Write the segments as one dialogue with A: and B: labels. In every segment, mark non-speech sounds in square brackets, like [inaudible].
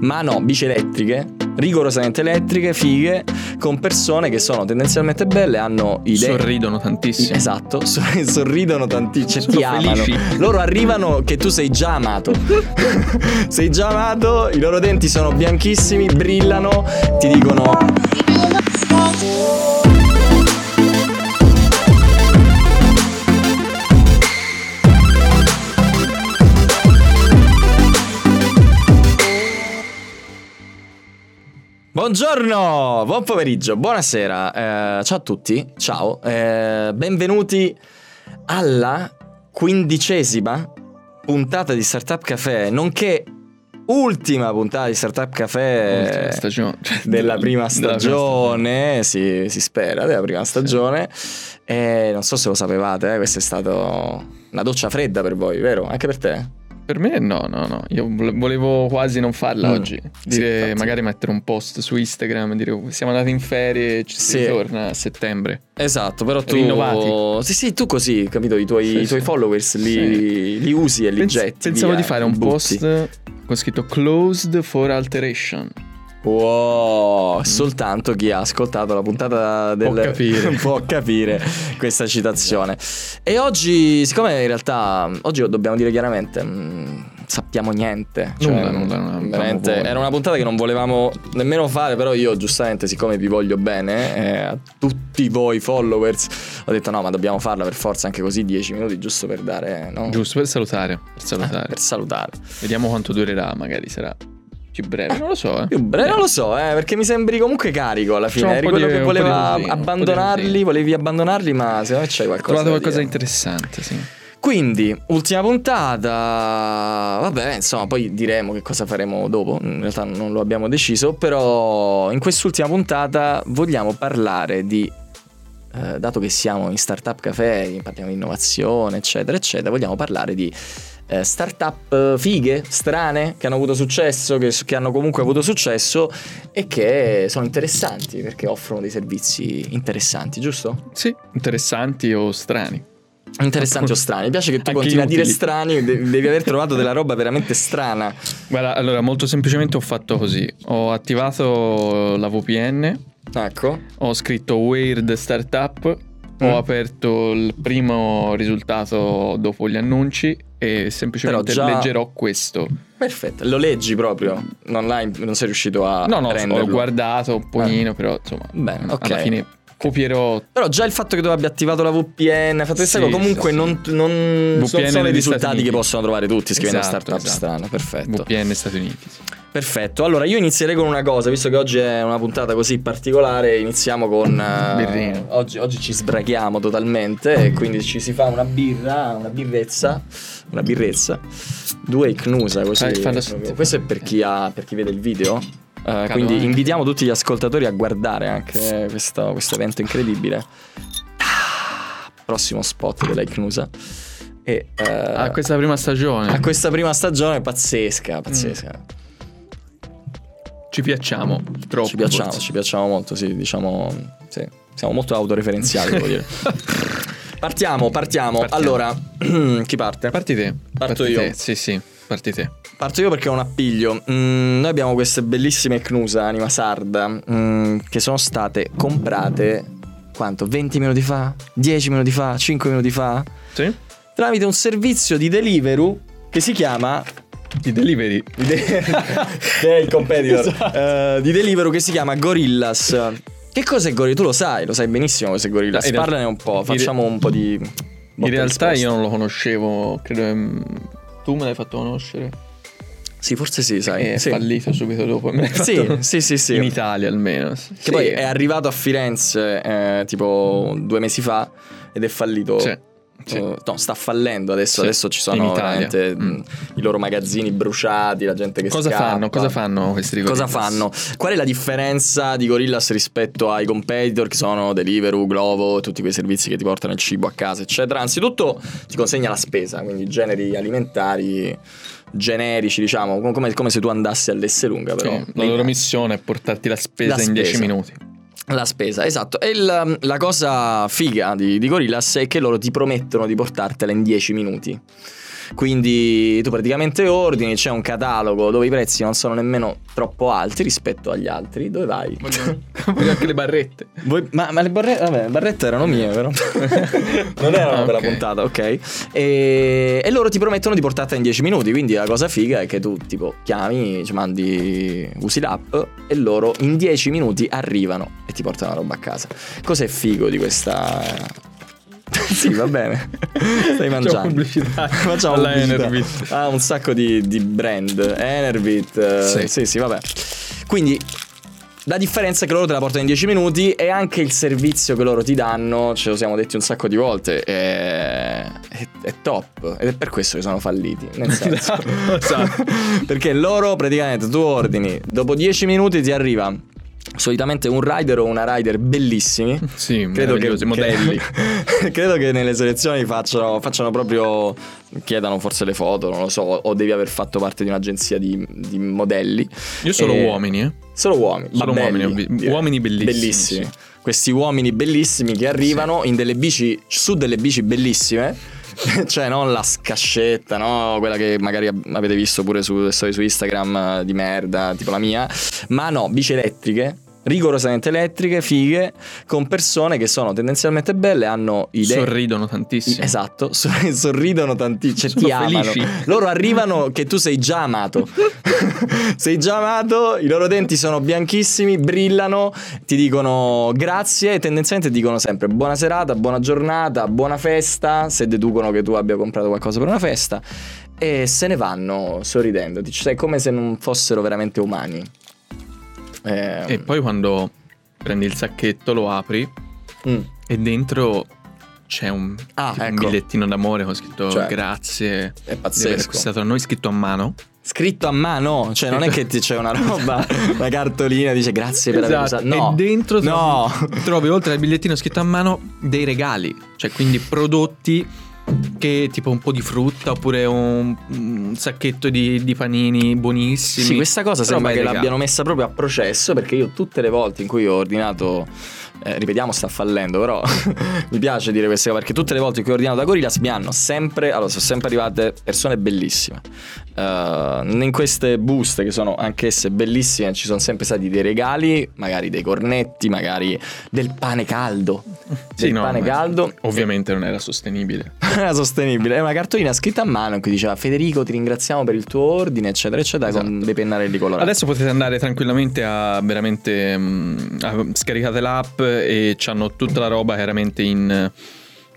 A: Ma no, bici elettriche, rigorosamente elettriche, fighe, con persone che sono tendenzialmente belle, hanno idee.
B: Sorridono tantissimo.
A: Esatto, so- [laughs] sorridono tantissimo, cioè,
B: Sono
A: ti amano.
B: felici.
A: Loro arrivano che tu sei già amato. [laughs] sei già amato, i loro denti sono bianchissimi, brillano, ti dicono Buongiorno, buon pomeriggio, buonasera, eh, ciao a tutti, ciao, eh, benvenuti alla quindicesima puntata di Startup Café, nonché ultima puntata di Startup Café
B: Ultima stagione. Cioè,
A: eh, della prima
B: della prima
A: stagione, si, si spera, della prima
B: Sì.
A: stagione. E non so se lo sapevate, eh, questa è stata una doccia fredda per voi, vero? Anche per te?
B: Per me no, no, no. Io vole- volevo quasi non farla
A: Mm.
B: oggi. Dire,
A: infatti.
B: magari mettere un post su Instagram, dire "Oh, siamo andati in ferie e ci si
A: Sì.
B: ritorna a settembre.
A: Esatto, però tu...
B: Rinnovati.
A: Sì, sì, tu così, capito, i tuoi,
B: Sì,
A: i tuoi
B: sì.
A: followers li,
B: Sì.
A: li usi e li
B: Pens-
A: getti.
B: pensavo
A: via,
B: di fare un
A: li butti.
B: post con scritto closed for alteration. Mm.
A: Wow, soltanto chi ha ascoltato la puntata del...
B: capire.
A: [laughs] può capire questa citazione. E oggi, siccome in realtà, oggi lo dobbiamo dire chiaramente, mm, sappiamo niente. cioè, mm,
B: Nulla, nulla, non avevamo
A: veramente,
B: voglia.
A: era una puntata che non volevamo nemmeno fare, però io giustamente, siccome vi voglio bene, eh, a tutti voi followers, ho detto no, ma dobbiamo farla per forza anche così 10 minuti, giusto per dare... No?
B: Giusto, per salutare. Per
A: Eh,
B: salutare.
A: Oh. Per salutare.
B: Vediamo quanto durerà, magari sarà più breve. Non lo so, eh.
A: Più breve, non lo so, eh, perché mi sembri comunque carico alla fine.
B: C'ho un
A: Eri
B: po' di-
A: quello che
B: un po' di
A: voleva
B: così, un po' di
A: abbandonarli,
B: così.
A: volevi abbandonarli, ma secondo me c'è
B: Ho
A: qualcosa.
B: trovato
A: da
B: qualcosa di
A: dire.
B: interessante, sì.
A: Quindi, ultima puntata. Vabbè, insomma, poi diremo che cosa faremo dopo. In realtà non lo abbiamo deciso, però in quest'ultima puntata vogliamo parlare di. eh, dato che siamo in Startup Café, parliamo di innovazione, eccetera, eccetera, vogliamo parlare di eh, startup eh, fighe, strane, che hanno avuto successo, che, che hanno comunque avuto successo e che sono interessanti perché offrono dei servizi interessanti, giusto?
B: Sì, interessanti o strani.
A: Interessanti o strani? Mi piace che tu
B: Anche
A: continui a dire
B: utili.
A: strani, de- devi aver trovato della roba veramente strana.
B: Guarda, allora molto semplicemente ho fatto così. Ho attivato la VPN,
A: Ecco.
B: ho scritto Weird Startup,
A: Mm.
B: ho aperto il primo risultato dopo gli annunci e semplicemente
A: Però già-
B: leggerò questo.
A: Perfetto, lo leggi proprio. Non, l'hai- non sei riuscito a
B: No, no,
A: prenderlo.
B: ho guardato un pochino, però insomma,
A: Bene, ok.
B: alla fine copierò
A: Però già il fatto che tu abbia attivato la VPN, fatto questa
B: Sì,
A: cosa, comunque
B: sì,
A: non, non- sono-
B: VPN
A: sono i
B: negli Stati
A: risultati
B: Uniti.
A: che possono trovare tutti scrivendo
B: Esatto,
A: startup
B: esatto.
A: strana. Perfetto.
B: VPN Stati Uniti. sì.
A: Perfetto. Allora io inizierei con una cosa, visto che oggi è una puntata così particolare, iniziamo con eh,
B: Birrino.
A: oggi, oggi ci sbrachiamo totalmente e quindi ci si fa una birra, una birrezza, una birrezza, due icnusa così.
B: Fai- Eh, fallo
A: proprio.
B: sentire.
A: Questo è per chi ha per chi vede il video. Eh, quindi
B: anche.
A: invitiamo tutti gli ascoltatori a guardare anche questo, questo evento incredibile. Ah, Prossimo spot della Icnusa. E, eh,
B: Ah, questa è la prima stagione.
A: a questa prima stagione pazzesca, pazzesca.
B: Mm. Ci piacciamo troppo.
A: Ci piacciamo,
B: forse.
A: ci piacciamo molto, sì, diciamo, sì, siamo molto autoreferenziali, devo
B: [laughs]
A: dire. Partiamo, partiamo.
B: Partiamo.
A: Allora, [clears throat] chi parte?
B: Parti te. Parti
A: io.
B: te, Sì, sì, parti te.
A: Parto io perché ho un appiglio. Mm, noi abbiamo queste bellissime Cnusa, anima sarda, mm, che sono state comprate quanto? 20 minuti fa? 10 minuti fa? 5 minuti fa?
B: Sì?
A: Tramite un servizio di Deliveroo che si chiama
B: I delivery.
A: di
B: [laughs]
A: De- che è il competitor
B: Esatto.
A: eh, di Deliveroo che si chiama Gorillas. Che cos'è Gorilla? Tu lo sai, lo sai benissimo cos'è Gorillas.
B: In realtà-
A: Parlane un po',
B: in-
A: facciamo un po' di.
B: In realtà io non lo conoscevo, credo che mm, tu me l'hai fatto conoscere.
A: Sì, forse sì, sai.
B: E è
A: Eh, sì.
B: fallito subito dopo. me l'hai
A: Sì,
B: fatto-
A: sì, sì, sì.
B: In Italia almeno. Sì. Mm.
A: Che poi è arrivato a Firenze eh, tipo due mesi fa ed è fallito.
B: Sì, sì.
A: Eh, no, sta fallendo adesso.
B: Sì,
A: Adesso ci
B: in
A: sono
B: Italia.
A: veramente,
B: Mm.
A: mh, i loro magazzini bruciati, la gente che
B: Cosa
A: scappa.
B: fanno? Cosa fanno questi ricordi?
A: Cosa fanno? Qual è la differenza di Gorillas rispetto ai competitor che sono Deliveroo, Glovo, tutti quei servizi che ti portano il cibo a casa, eccetera? Anzitutto ti consegna la spesa, quindi generi alimentari generici, diciamo, com- come, come se tu andassi all'esse lunga, però.
B: la loro missione è portarti la spesa
A: La
B: in 10
A: spesa. [laughs]
B: minuti.
A: La spesa, esatto. E il- la cosa figa di, di Gorillaz è che loro ti promettono di portartela in 10 minuti. Quindi tu praticamente ordini, c'è un catalogo dove i prezzi non sono nemmeno troppo alti rispetto agli altri. Dove vai?
B: Voglio, voglio anche le barrette.
A: Voi- ma, ma le barrette, vabbè, le barrette erano mie, però. non erano
B: Ah,
A: per la
B: ok.
A: puntata, ok? E, e loro ti promettono di portarti in 10 minuti. Quindi la cosa figa è che tu, tipo, chiami, ci mandi, usi l'app e loro in 10 minuti arrivano e ti portano la roba a casa. Cos'è figo di questa. [laughs] sì, va bene. Stai
B: Facciamo
A: mangiando. [laughs]
B: pubblicità.
A: Facciamo
B: alla
A: pubblicità.
B: Enervit.
A: Ha un sacco di, di brand. Enervit. eh, sì.
B: Sì.
A: sì, vabbè. Quindi la differenza è che loro te la portano in 10 minuti e anche il servizio che loro ti danno, ce lo siamo detti un sacco di volte, è, è- è top. Ed è per questo che sono falliti. Nel senso.
B: Esatto, [laughs] esatto.
A: [laughs] Perché loro praticamente tu ordini, dopo 10 minuti ti arriva solitamente un rider o una rider bellissimi.
B: Sì,
A: Credo che,
B: meravigliosi modelli.
A: che- [laughs] credo che nelle selezioni facciano, facciano proprio. chiedano forse le foto, non lo so, o devi aver fatto parte di un'agenzia di, di modelli.
B: Io solo
A: Eh,
B: uomini, eh.
A: Solo uomini.
B: Solo
A: ma belli,
B: uomini, ovvi-
A: direi.
B: uomini bellissimi, sì.
A: Questi uomini bellissimi che arrivano in delle bici, su delle bici bellissime. [laughs] Cioè, non la scascetta, no? Quella che magari avete visto pure su, le storie su Instagram eh, di merda, tipo la mia. Ma no, bici elettriche, rigorosamente elettriche, fighe, con persone che sono tendenzialmente belle, hanno idee.
B: Sorridono tantissimo.
A: Esatto, [laughs] sor- sorridono tantissimo, cioè
B: Sono
A: ti amano.
B: felici.
A: Loro arrivano che tu sei già
B: [laughs]
A: amato. sei già amato, i loro denti sono bianchissimi, brillano, ti dicono grazie e tendenzialmente ti dicono sempre buona serata, buona giornata, buona festa, se deducono che tu abbia comprato qualcosa per una festa e se ne vanno sorridendo, cioè è come se non fossero veramente umani. Eh,
B: E poi quando prendi il sacchetto lo apri
A: mm.
B: e dentro c'è un,
A: Ah,
B: tipo un
A: ecco.
B: bigliettino d'amore con scritto
A: Cioè,
B: grazie
A: È
B: di aver
A: pazzesco.
B: acquistato da noi scritto a mano.
A: Scritto a mano, cioè non è che ti- c'è una
B: [laughs]
A: roba, una cartolina, dice grazie per aver
B: Esatto,
A: usato. No,
B: E dentro
A: no.
B: trovi, [laughs] trovi, oltre al bigliettino scritto a mano dei regali, cioè quindi prodotti che tipo un po' di frutta oppure un, un sacchetto di, di panini buonissimi.
A: Sì, questa cosa
B: Però
A: sembra
B: vai
A: che
B: regalo.
A: l'abbiano messa proprio a processo perché io tutte le volte in cui ho ordinato, eh, ripetiamo sta fallendo però [laughs] mi piace dire queste cose perché tutte le volte in cui ho ordinato da Gorillaz mi hanno sempre, allora sono sempre arrivate persone bellissime, Eh, in queste buste che sono anch'esse bellissime ci sono sempre stati dei regali, magari dei cornetti, magari del pane
B: [laughs]
A: caldo,
B: Sì,
A: del
B: no,
A: pane
B: ma-
A: caldo. [laughs]
B: Ovviamente non era sostenibile.
A: Non era sostenibile. È una cartolina scritta a mano in cui diceva Federico ti ringraziamo per il tuo ordine, eccetera, eccetera, con
B: Esatto.
A: dei pennarelli colorati.
B: Adesso potete andare tranquillamente a veramente mm, a- scaricate l'app e c'hanno tutta la roba chiaramente in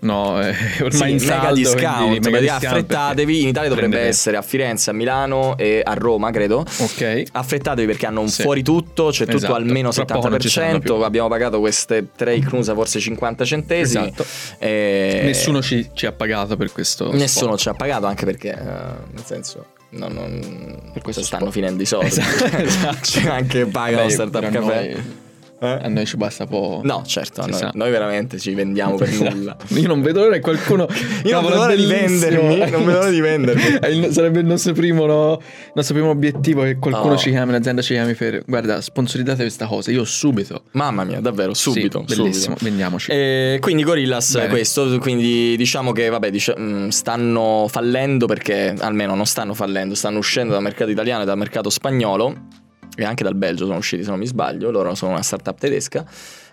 B: no, eh, [laughs]
A: Sì,
B: ormai in
A: mega
B: saldo,
A: discount,
B: quindi mega
A: perché
B: discount,
A: affrettatevi, in Italia dovrebbe
B: prendete-
A: essere a Firenze, a Milano e a Roma, credo. Eh
B: Ok.
A: Affrettatevi perché hanno un
B: Sì.
A: fuori tutto, c'è tutto
B: Esatto.
A: al meno
B: Tra poco non ci saranno
A: 70%,
B: più.
A: abbiamo pagato queste tre crusa forse 50 centesimi.
B: Esatto.
A: E-
B: Nessuno ci, ci ha pagato per questo.
A: Eh. Nessuno ci ha pagato anche perché, eh, nel senso, non, non- cioè,
B: Per questo
A: stanno finendo i soldi. [laughs]
B: Esatto, [laughs] esatto.
A: C'è anche
B: spot.
A: pagano
B: Beh,
A: Startup
B: però
A: Café.
B: noi-
A: Eh?
B: a noi ci basta poco.
A: No, certo,
B: Si
A: noi,
B: sa. Esatto.
A: noi veramente ci vendiamo per nulla.
B: Cioè, Io non vedo l'ora che
A: [laughs]
B: qualcuno.
A: Io non vedo l'ora di vendermi, non vedo l'ora di vendermi.
B: [laughs] È il- sarebbe il nostro primo, no, nostro primo obiettivo che qualcuno
A: Oh.
B: ci chiami, un'azienda ci chiami per. Guarda, sponsorizzate questa cosa. Io subito.
A: Mamma mia, davvero, subito.
B: Sì,
A: subito.
B: bellissimo, vendiamoci.
A: E Eh, quindi Gorillaz è
B: Bene.
A: questo, quindi diciamo che vabbè, dic- mm, stanno fallendo perché almeno non stanno fallendo, stanno uscendo dal mercato italiano e dal mercato spagnolo e anche dal Belgio sono usciti se non mi sbaglio, loro sono una startup tedesca.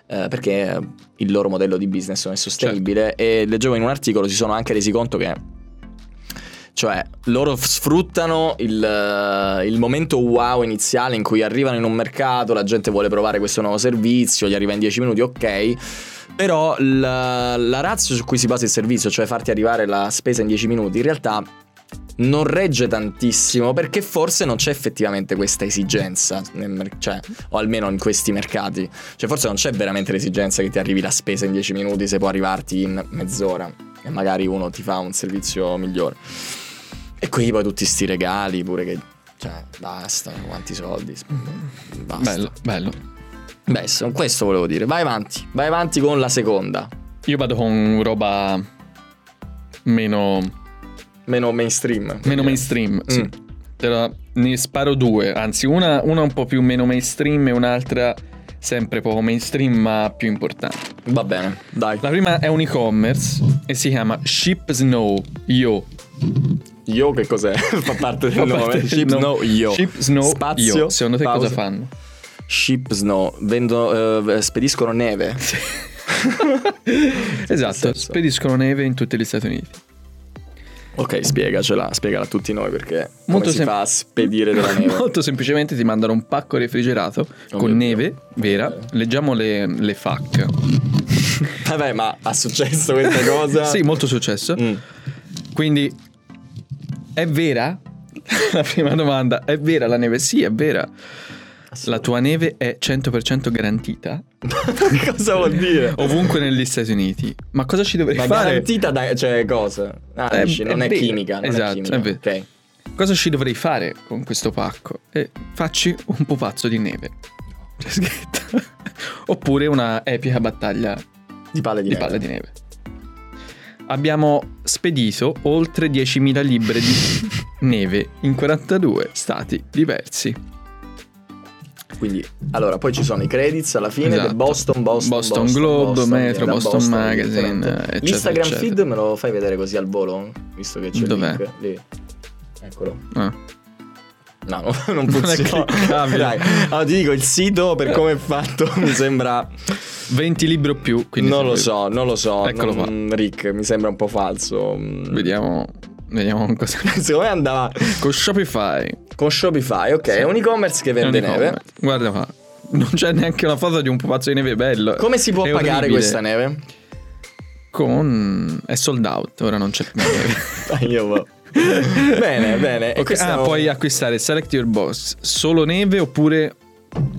A: eh, perché il loro modello di business non è sostenibile e leggevo in un articolo si sono anche resi conto che cioè, loro f- sfruttano il, eh, il momento wow iniziale in cui arrivano in un mercato, la gente vuole provare questo nuovo servizio, gli arriva in 10 minuti, ok. Però la, la ratio su cui si basa il servizio, cioè farti arrivare la spesa in 10 minuti, in realtà non regge tantissimo perché forse non c'è effettivamente questa esigenza, nel mer- cioè, o almeno in questi mercati. Cioè forse non c'è veramente l'esigenza che ti arrivi la spesa in 10 minuti se può arrivarti in mezz'ora e magari uno ti fa un servizio migliore. E quindi poi tutti sti regali pure che... Cioè, basta, quanti soldi. Basta.
B: bello, bello.
A: Beh, so- questo volevo dire. Vai avanti, vai avanti con la seconda.
B: Io vado con roba meno,
A: Meno mainstream.
B: meno mainstream. Sì.
A: Mm.
B: Te la- ne sparo due, anzi, una, una un po' più meno mainstream e un'altra sempre poco mainstream, ma più importante.
A: Va bene, dai.
B: La prima è un e-commerce e si chiama Ship Snow Yo.
A: Yo che cos'è? [laughs] Fa parte del nome. Ship Snow Yo.
B: Ship Snow
A: Spazio,
B: Yo. Secondo te
A: pausa.
B: cosa fanno?
A: Ship Snow. Vendono, eh, spediscono neve.
B: esatto,
A: senso.
B: spediscono neve in tutti gli Stati Uniti.
A: Ok, spiegacela, spiegala a tutti noi perché
B: Molto
A: come si
B: sem-
A: fa a spedire
B: [laughs]
A: della neve.
B: Molto semplicemente ti mandano un pacco refrigerato
A: Oh
B: con
A: mio Dio.
B: neve vera.
A: Ok.
B: Leggiamo le, le FAQ.
A: Vabbè, ma ha successo questa cosa?
B: sì, molto successo.
A: Esatto. Mm. [laughs]
B: Quindi è vera? [laughs] la prima domanda, è vera la neve? Sì, è vera. La tua neve è 100% garantita
A: cosa vuol dire?
B: ovunque negli Stati Uniti. Ma cosa ci dovrei
A: Ma
B: fare?
A: garantita da cioè cosa? Ah,
B: È-
A: dici, non
B: è
A: è,
B: vero,
A: chimica, non
B: esatto,
A: è chimica.
B: è vero.
A: Ok.
B: Cosa ci dovrei fare con questo pacco? E facci un pupazzo di neve. C'è scritto. [laughs] Oppure una epica battaglia
A: Di palle di,
B: di
A: neve.
B: palla di neve. Abbiamo spedito oltre 10.000 libbre di
A: [laughs]
B: neve in 42 stati diversi.
A: Quindi, allora, poi ci sono i credits alla fine
B: Esatto.
A: del Boston, Boston,
B: Boston
A: Boston,
B: Globe,
A: Boston,
B: Metro,
A: da
B: Boston Magazine,
A: ovviamente.
B: eccetera,
A: L'Instagram
B: eccetera.
A: feed me lo fai vedere così al volo? Visto che c'è
B: Dov'è?
A: il link lì. Eccolo.
B: Ah.
A: No, no, [laughs] non
B: è ah,
A: funziona.
B: cliccabile.
A: Dai, allora, ti dico, il sito per come è fatto [laughs] mi sembra
B: 20 libri o più, quindi
A: non lo
B: se-
A: so, non lo so.
B: Eccolo
A: non- Rick, mi sembra un po' falso. Mm.
B: Vediamo, vediamo cosa.
A: [laughs] Secondo me andava
B: Con Shopify. è
A: con Shopify, ok,
B: Sì.
A: è un e-commerce che
B: un
A: vende neve.
B: e-commerce. Guarda qua. Non c'è neanche una foto di un pupazzo di neve bello.
A: Come si può
B: È
A: pagare
B: orribile.
A: questa
B: [laughs]
A: neve?
B: Con... È sold out, ora non c'è
A: [laughs]
B: più neve.
A: Dai, io boh. Bene, bene. E
B: Ok,
A: questo-
B: ah, puoi acquistare Select Your Box, solo neve oppure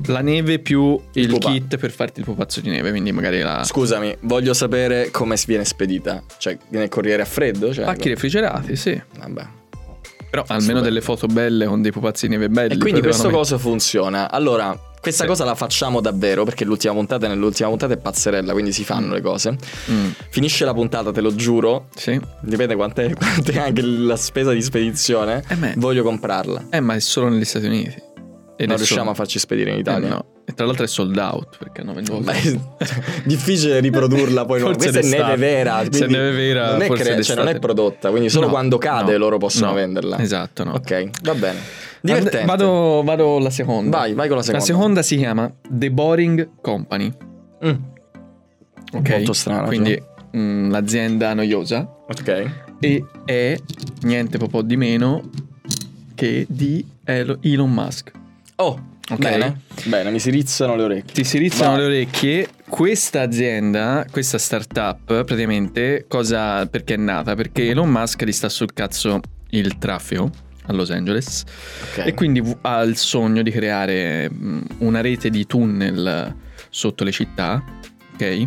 B: la neve più il
A: pupa-
B: kit per farti il pupazzo di neve, quindi magari la...
A: Scusami, voglio sapere come viene spedita. Cioè, viene il corriere a freddo? Cioè,
B: Pacchi refrigerati, sì.
A: Vabbè.
B: Però almeno delle foto belle con dei pupazzi di neve belli.
A: E quindi questo
B: potevano
A: cosa funziona. Allora, questa
B: Sì.
A: cosa la facciamo davvero perché l'ultima puntata nell'ultima puntata è pazzerella, quindi si fanno le cose.
B: met- Mm,
A: Finisce la puntata, te lo giuro.
B: sì.
A: Dipende quant'è, [laughs] quant'è anche la spesa di spedizione.
B: Eh, beh.
A: Voglio comprarla. Non
B: Eh, ma è solo negli Stati Uniti. E nessuno-
A: riusciamo a farci spedire in Italia.
B: Eh,
A: [laughs]
B: no. E tra l'altro è sold out perché hanno venduto.
A: Ma
B: [laughs]
A: è difficile riprodurla poi. no.
B: Forse
A: Questa è neve
B: d'estate.
A: vera.
B: Se è
A: quindi
B: neve vera,
A: non è,
B: forse
A: cre- cioè, non è
B: d'estate.
A: prodotta. Quindi solo
B: No,
A: quando cade
B: no,
A: loro possono
B: no.
A: venderla.
B: Esatto, no.
A: Ok, va bene.
B: And-
A: Divertente.
B: Vado, vado alla seconda.
A: Vai, vai con la
B: La
A: seconda.
B: seconda si chiama The Boring Company.
A: Mm,
B: Ok.
A: Molto strana,
B: Quindi mm, l'azienda noiosa.
A: Ok.
B: E è niente proprio di meno che di Elo- Elon Musk.
A: Oh,
B: Ok.
A: bene. Bene, mi si rizzano le orecchie.
B: Ti si rizzano
A: Vai.
B: le orecchie. Questa azienda, questa startup, praticamente, cosa, perché è nata? Perché Elon Musk gli sta sul cazzo il traffico a Los Angeles
A: Ok.
B: e quindi vu- ha il sogno di creare mh, una rete di tunnel sotto le città, ok?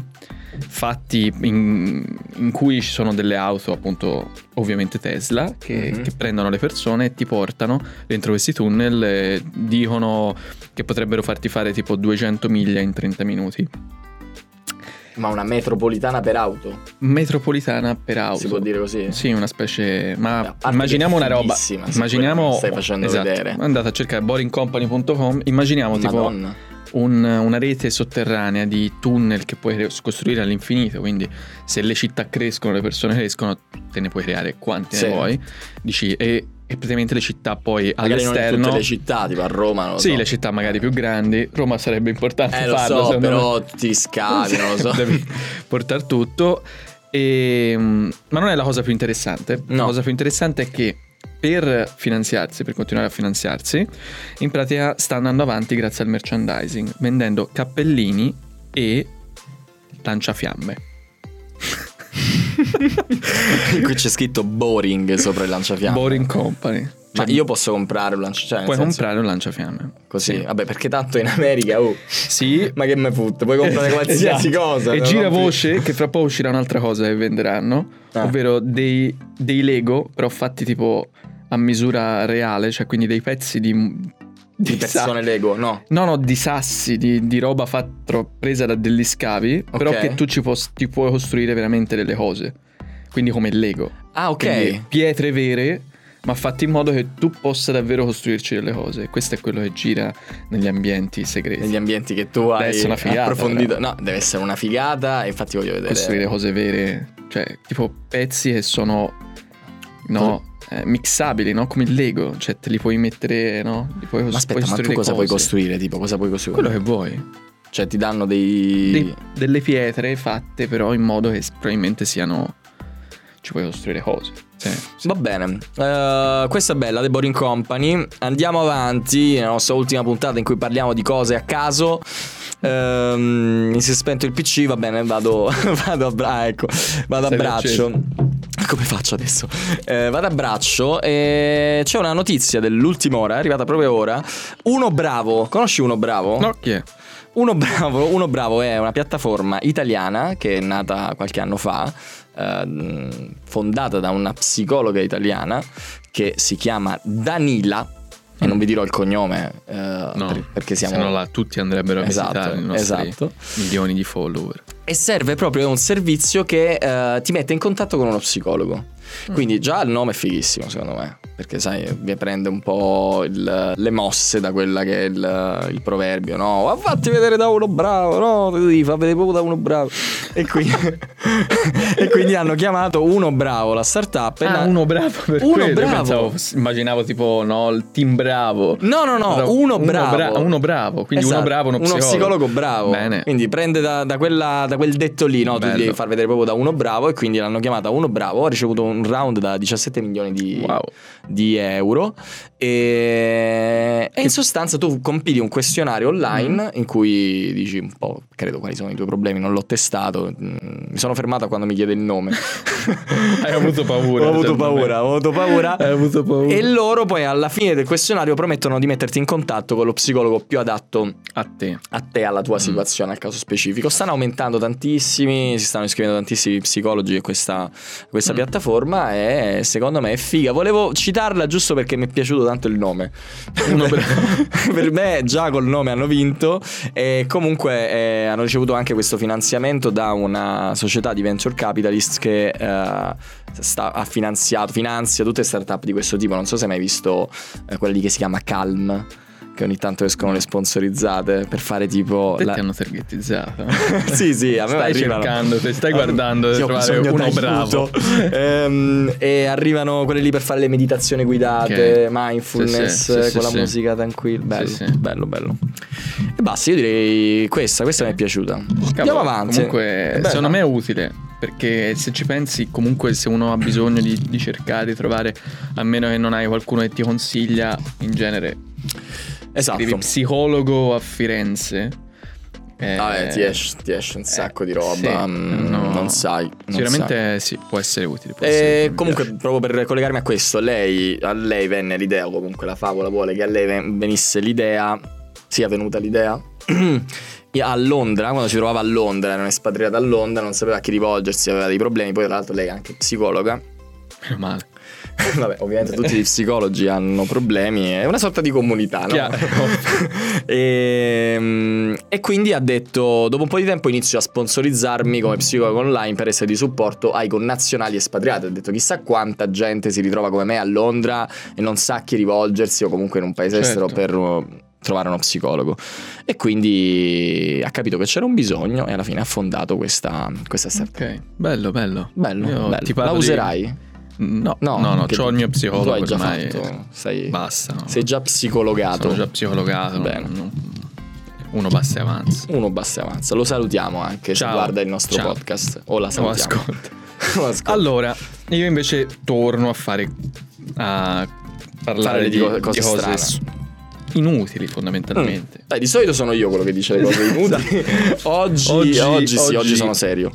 B: Fatti in, in cui ci sono delle auto, appunto, ovviamente Tesla, che,
A: Mhm.
B: che prendono le persone e ti portano dentro questi tunnel e dicono che potrebbero farti fare tipo 200 miglia in 30 minuti.
A: Ma una metropolitana per auto,
B: Metropolitana per auto.
A: si può dire così?
B: Sì, una
A: Beh,
B: specie.
A: a
B: Ma
A: parte
B: immaginiamo
A: che è
B: una roba.
A: fighissima, sì, quello
B: Immaginiamo.
A: che stai facendo
B: esatto,
A: vedere.
B: Andate a cercare boringcompany.com. Immaginiamo tipo
A: Madonna.
B: un- una rete sotterranea di tunnel che puoi re- costruire all'infinito. Quindi, se le città crescono, le persone crescono, te ne puoi creare quanti
A: Sì.
B: ne vuoi. Dici, e, e praticamente le città poi
A: Magari non in
B: all'esterno.
A: tutte le città, tipo a Roma, non lo
B: sì,
A: so.
B: le città magari più grandi. Roma sarebbe importante
A: Eh, lo
B: farlo.
A: so,
B: secondo me. [laughs]
A: però ti scavi, non lo so.
B: Devi portare tutto. E, mm, ma non è la cosa più interessante. La
A: No.
B: cosa più interessante è che per finanziarsi, per continuare a finanziarsi, in pratica sta andando avanti grazie al merchandising, vendendo cappellini e
A: [laughs]
B: lanciafiamme.
A: [laughs] Qui c'è scritto boring sopra il lanciafiamme.
B: Boring Company.
A: Ma
B: Cioè,
A: io posso comprare un lanciafiamme?
B: puoi
A: Cioè, nel senso,
B: comprare un lanciafiamme.
A: Così,
B: Sì.
A: vabbè, perché tanto in America, oh,
B: Sì.
A: ma che me fotte, puoi comprare qualsiasi
B: [laughs] Esatto.
A: cosa.
B: E
A: no?
B: gira voce che fra poco uscirà un'altra cosa che venderanno,
A: Ah.
B: ovvero dei, dei Lego, però fatti tipo a misura reale, cioè quindi dei pezzi di...
A: Di persone Lego, no.
B: No, no, di sassi, di, di roba fatta, presa da degli scavi, però
A: Ok.
B: che tu ci pos- ti puoi costruire veramente delle cose. Quindi come il Lego.
A: Ah, ok.
B: Quindi pietre vere, ma fatte in modo che tu possa davvero costruirci delle cose. Questo è quello che gira negli ambienti segreti.
A: Negli ambienti che tu hai
B: essere una figata,
A: approfondito. No, deve essere una figata. e Infatti, voglio vedere.
B: costruire cose vere, cioè tipo pezzi che sono no? eh, mixabili, no? Come il Lego, cioè te li puoi mettere, no? Li puoi,
A: Ma aspetta,
B: puoi
A: ma tu
B: costruire
A: cosa puoi
B: cose.
A: costruire? Tipo, cosa puoi costruire?
B: Quello che vuoi.
A: Cioè, ti danno dei.
B: Dei- delle pietre fatte però in modo che probabilmente siano... ci puoi costruire cose. Cioè, Sì, sì.
A: Va bene, Eh, questa è bella, The Boring Company. Andiamo avanti nella nostra ultima puntata in cui parliamo di cose a caso. Ehm, mi si è spento il PC, va bene, vado, [laughs] vado a, bra- ecco, vado a
B: Sei
A: braccio. Come faccio adesso? Eh, vado a braccio e c'è una notizia dell'ultima ora, è arrivata proprio ora. Uno Bravo, conosci Uno Bravo?
B: No, chi è?
A: Uno Bravo, Uno Bravo è una piattaforma italiana che è nata qualche anno fa, ehm, fondata da una psicologa italiana che si chiama Danila, e non vi dirò il cognome eh,
B: Mm. No,
A: per- perché siamo...
B: se no là tutti andrebbero a
A: Esatto,
B: visitare i nostri
A: esatto.
B: milioni di follower.
A: E serve proprio un servizio che eh, ti mette in contatto con uno psicologo. Quindi già il nome è fighissimo, secondo me. Perché sai, vi prende un po' il- le mosse da quella che è il, il proverbio, no? Ma fatti vedere da uno bravo, no? Ti devi far vedere proprio da uno bravo. E quindi, [laughs] e quindi hanno chiamato Uno Bravo, la startup. e
B: Ah,
A: la-
B: uno bravo per
A: Uno
B: quello. Io
A: bravo.
B: pensavo fosse- immaginavo tipo, no, il team bravo.
A: No, no, no,
B: Però
A: uno
B: bra-
A: bravo.
B: uno bravo, quindi
A: Esatto,
B: uno bravo, uno psicologo.
A: bravo.
B: Bene.
A: Quindi prende da, da quella- da quel detto lì, no?
B: Bello.
A: Tu devi far vedere proprio da uno bravo e quindi l'hanno chiamata uno bravo. Ha ricevuto un round da 17 milioni di,
B: Wow.
A: di euro. E, e in sostanza tu compili un questionario
B: Mm.
A: online in cui dici un po', credo, quali sono i tuoi problemi. Non l'ho testato. mm, Mi sono fermata quando mi chiede il nome.
B: [laughs] Hai avuto
A: [laughs]
B: paura.
A: Ho avuto
B: secondo me.
A: paura, ho avuto paura.
B: [laughs] Hai avuto paura.
A: E loro poi alla fine del questionario promettono di metterti in contatto con lo psicologo più adatto
B: A te.
A: a te, alla tua situazione, al caso specifico. Stanno aumentando tantissimi, si stanno iscrivendo tantissimi psicologi a questa, a questa
B: Mm.
A: piattaforma e secondo me è figa. Volevo citarla giusto perché mi è piaciuto tanto il nome.
B: Uno bravo.
A: [laughs] per me già col nome hanno vinto e comunque eh, hanno ricevuto anche questo finanziamento da una società di venture capitalist che eh, sta- ha finanziato, finanzia tutte startup di questo tipo. Non so se hai mai visto eh, quella lì che si chiama Calm. Che ogni tanto escono le sponsorizzate per fare tipo.
B: Te
A: la- [laughs]
B: ti hanno targetizzato.
A: sì, sì, a me
B: Stai
A: arrivano.
B: cercando, te stai guardando
A: Sì,
B: per
A: ho
B: trovare
A: bisogno
B: uno
A: d'aiuto.
B: bravo.
A: [laughs] Ehm, e arrivano quelle lì per fare le meditazioni guidate,
B: Ok.
A: mindfulness,
B: Sì, sì, sì,
A: con
B: sì,
A: la
B: sì.
A: musica tranquilla. Bello,
B: sì.
A: bello, bello. E basta, io direi questa, questa mi è piaciuta. Andiamo
B: [laughs] Cavolo,
A: avanti.
B: Comunque,
A: È bella.
B: secondo me è utile. Perché se ci pensi, comunque, se uno ha bisogno di, di cercare, di trovare, a meno che non hai qualcuno che ti consiglia, in genere
A: Esatto.
B: scrivi psicologo a Firenze. eh,
A: Ah, eh, ti, esce, ti esce un sacco di roba,
B: sì,
A: mm,
B: no.
A: non sai. non sai.
B: Sicuramente sì, può essere utile. può essere
A: E
B: utile,
A: Eh, comunque,
B: mi piace.
A: proprio per collegarmi a questo, lei, a lei venne l'idea, o comunque la favola vuole che a lei ven- venisse l'idea, sia venuta l'idea. [clears throat] A Londra, quando si trovava a Londra, era un'espatriata a Londra, non sapeva a chi rivolgersi, aveva dei problemi. Poi, tra l'altro, lei è anche psicologa.
B: Meno male.
A: Vabbè, ovviamente tutti gli psicologi hanno problemi, è una sorta di comunità, no? [laughs]
B: Chiaro.
A: e, mm, e quindi ha detto, dopo un po' di tempo inizio a sponsorizzarmi come psicologo online per essere di supporto ai connazionali espatriati. Ha detto chissà quanta gente si ritrova come me a Londra e non sa a chi rivolgersi o comunque in un paese
B: Certo.
A: estero per uh, trovare uno psicologo. E quindi ha capito che c'era un bisogno e alla fine ha fondato questa, questa startup.
B: Ok, bello, bello.
A: Bello,
B: Io
A: bello.
B: ti
A: la
B: parlo di-
A: userai?
B: No, no, no,
A: che
B: c'ho il mio psicologo
A: tu hai già
B: ormai.
A: fatto, sei,
B: Basta. no.
A: sei già psicologato.
B: Sono già psicologato.
A: Bene.
B: no, Uno passa e avanza.
A: Uno basta e avanza. Lo salutiamo anche se
B: Ciao.
A: guarda il nostro
B: Ciao.
A: podcast. O la
B: Lo
A: salutiamo.
B: Oh, ascolta.
A: [laughs] Lo ascolta.
B: Allora, io invece torno a fare a
A: Parlare
B: parlare di,
A: di co-
B: di
A: cose
B: cose,
A: strane.
B: s- inutili fondamentalmente.
A: Mm. Dai, di solito sono io quello che dice le cose inutili. [laughs] oggi, oggi,
B: Esatto. Oggi-
A: sì, oggi
B: oggi-
A: sono serio.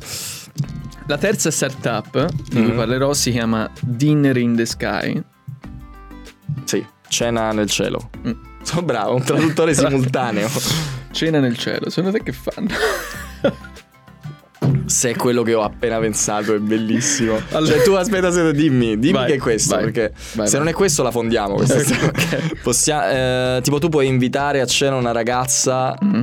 B: La terza startup di cui
A: Mhm.
B: parlerò si chiama Dinner in the Sky.
A: Sì, cena nel cielo.
B: Mm.
A: Sono bravo, un
B: [laughs]
A: traduttore simultaneo.
B: Cena nel cielo, secondo te
A: [laughs]
B: che fanno?
A: Se è quello che ho appena pensato, è bellissimo.
B: Allora-
A: Cioè, tu aspetta, aspetta, dimmi, dimmi
B: Vai,
A: che è questo.
B: vai,
A: perché
B: vai,
A: se
B: vai.
A: non è questo, la fondiamo.
B: [laughs]
A: questa storia. Possia- eh, tipo, tu puoi invitare a cena una ragazza
B: Mm.